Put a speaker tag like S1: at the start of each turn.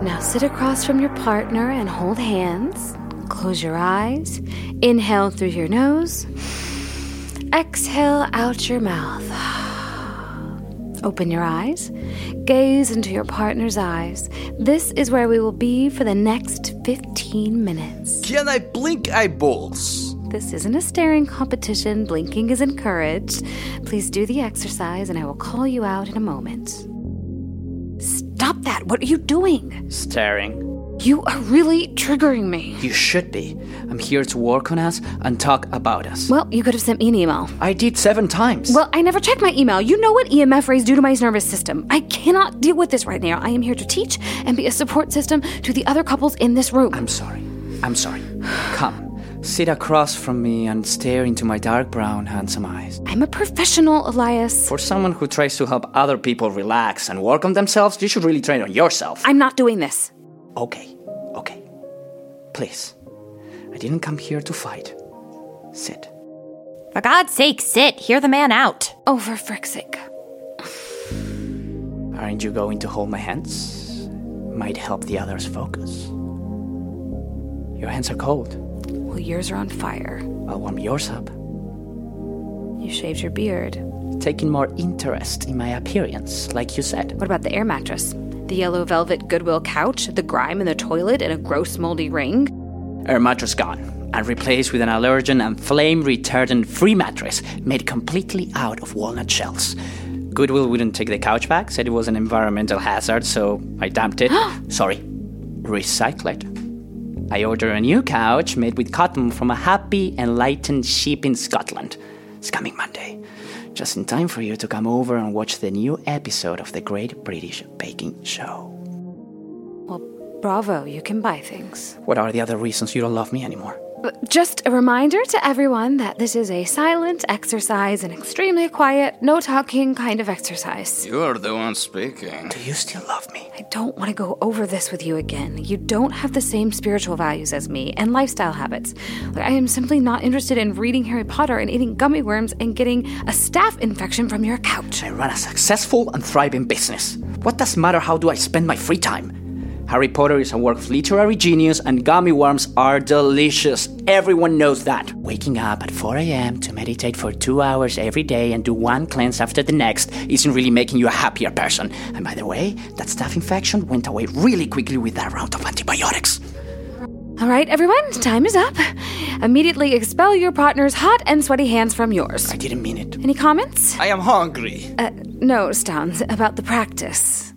S1: Now sit across from your partner and hold hands. Close your eyes. Inhale through your nose. Exhale out your mouth. Open your eyes. Gaze into your partner's eyes. This is where we will be for the next 15 minutes.
S2: Can I blink eyeballs?
S1: This isn't a staring competition. Blinking is encouraged. Please do the exercise, and I will call you out in a moment. Stop that! What are you doing?
S3: Staring.
S1: You are really triggering me.
S3: You should be. I'm here to work on us and talk about us.
S1: Well, you could have sent me an email.
S3: I did seven times.
S1: Well, I never check my email. You know what E EMF rays do to my nervous system. I cannot deal with this right now. I am here to teach and be a support system to the other couples in this room.
S3: I'm sorry. I'm sorry. Come. Sit across from me and stare into my dark brown, handsome eyes.
S1: I'm a professional, Elias.
S3: For someone who tries to help other people relax and work on themselves, you should really train on yourself.
S1: I'm not doing this.
S3: Okay, okay. Please. I didn't come here to fight. Sit.
S4: For God's sake, sit. Hear the man out.
S1: Oh, for frick's sake.
S3: Aren't you going to hold my hands? Might help the others focus. Your hands are cold.
S1: Well, yours are on fire.
S3: I'll warm yours up.
S1: You shaved your beard.
S3: Taking more interest in my appearance, like you said.
S1: What about the air mattress? The yellow velvet Goodwill couch, the grime in the toilet, and a gross moldy ring?
S3: Our mattress gone and replaced with an allergen and flame retardant free mattress made completely out of walnut shells. Goodwill wouldn't take the couch back, said it was an environmental hazard, so I dumped it. Sorry, recycled. I ordered a new couch made with cotton from a happy, enlightened sheep in Scotland. It's coming Monday. Just in time for you to come over and watch the new episode of the Great British Baking Show.
S1: Well, bravo, you can buy things.
S3: What are the other reasons you don't love me anymore?
S1: But just a reminder to everyone that this is a silent exercise, an extremely quiet, no talking kind of exercise.
S2: You are the one speaking.
S3: Do you still love me?
S1: I don't want to go over this with you again. You don't have the same spiritual values as me and lifestyle habits. Like, I am simply not interested in reading Harry Potter and eating gummy worms and getting a staph infection from your couch.
S3: I run a successful and thriving business. What does matter how do I spend my free time? Harry Potter is a work of literary genius and gummy worms are delicious. Everyone knows that. Waking up at 4 a.m. to meditate for two hours every day and do one cleanse after the next isn't really making you a happier person. And by the way, that staph infection went away really quickly with that round of antibiotics.
S1: All right, everyone, time is up. Immediately expel your partner's hot and sweaty hands from yours.
S3: I didn't mean it.
S1: Any comments?
S2: I am hungry.
S1: Uh, no, Stans, about the practice.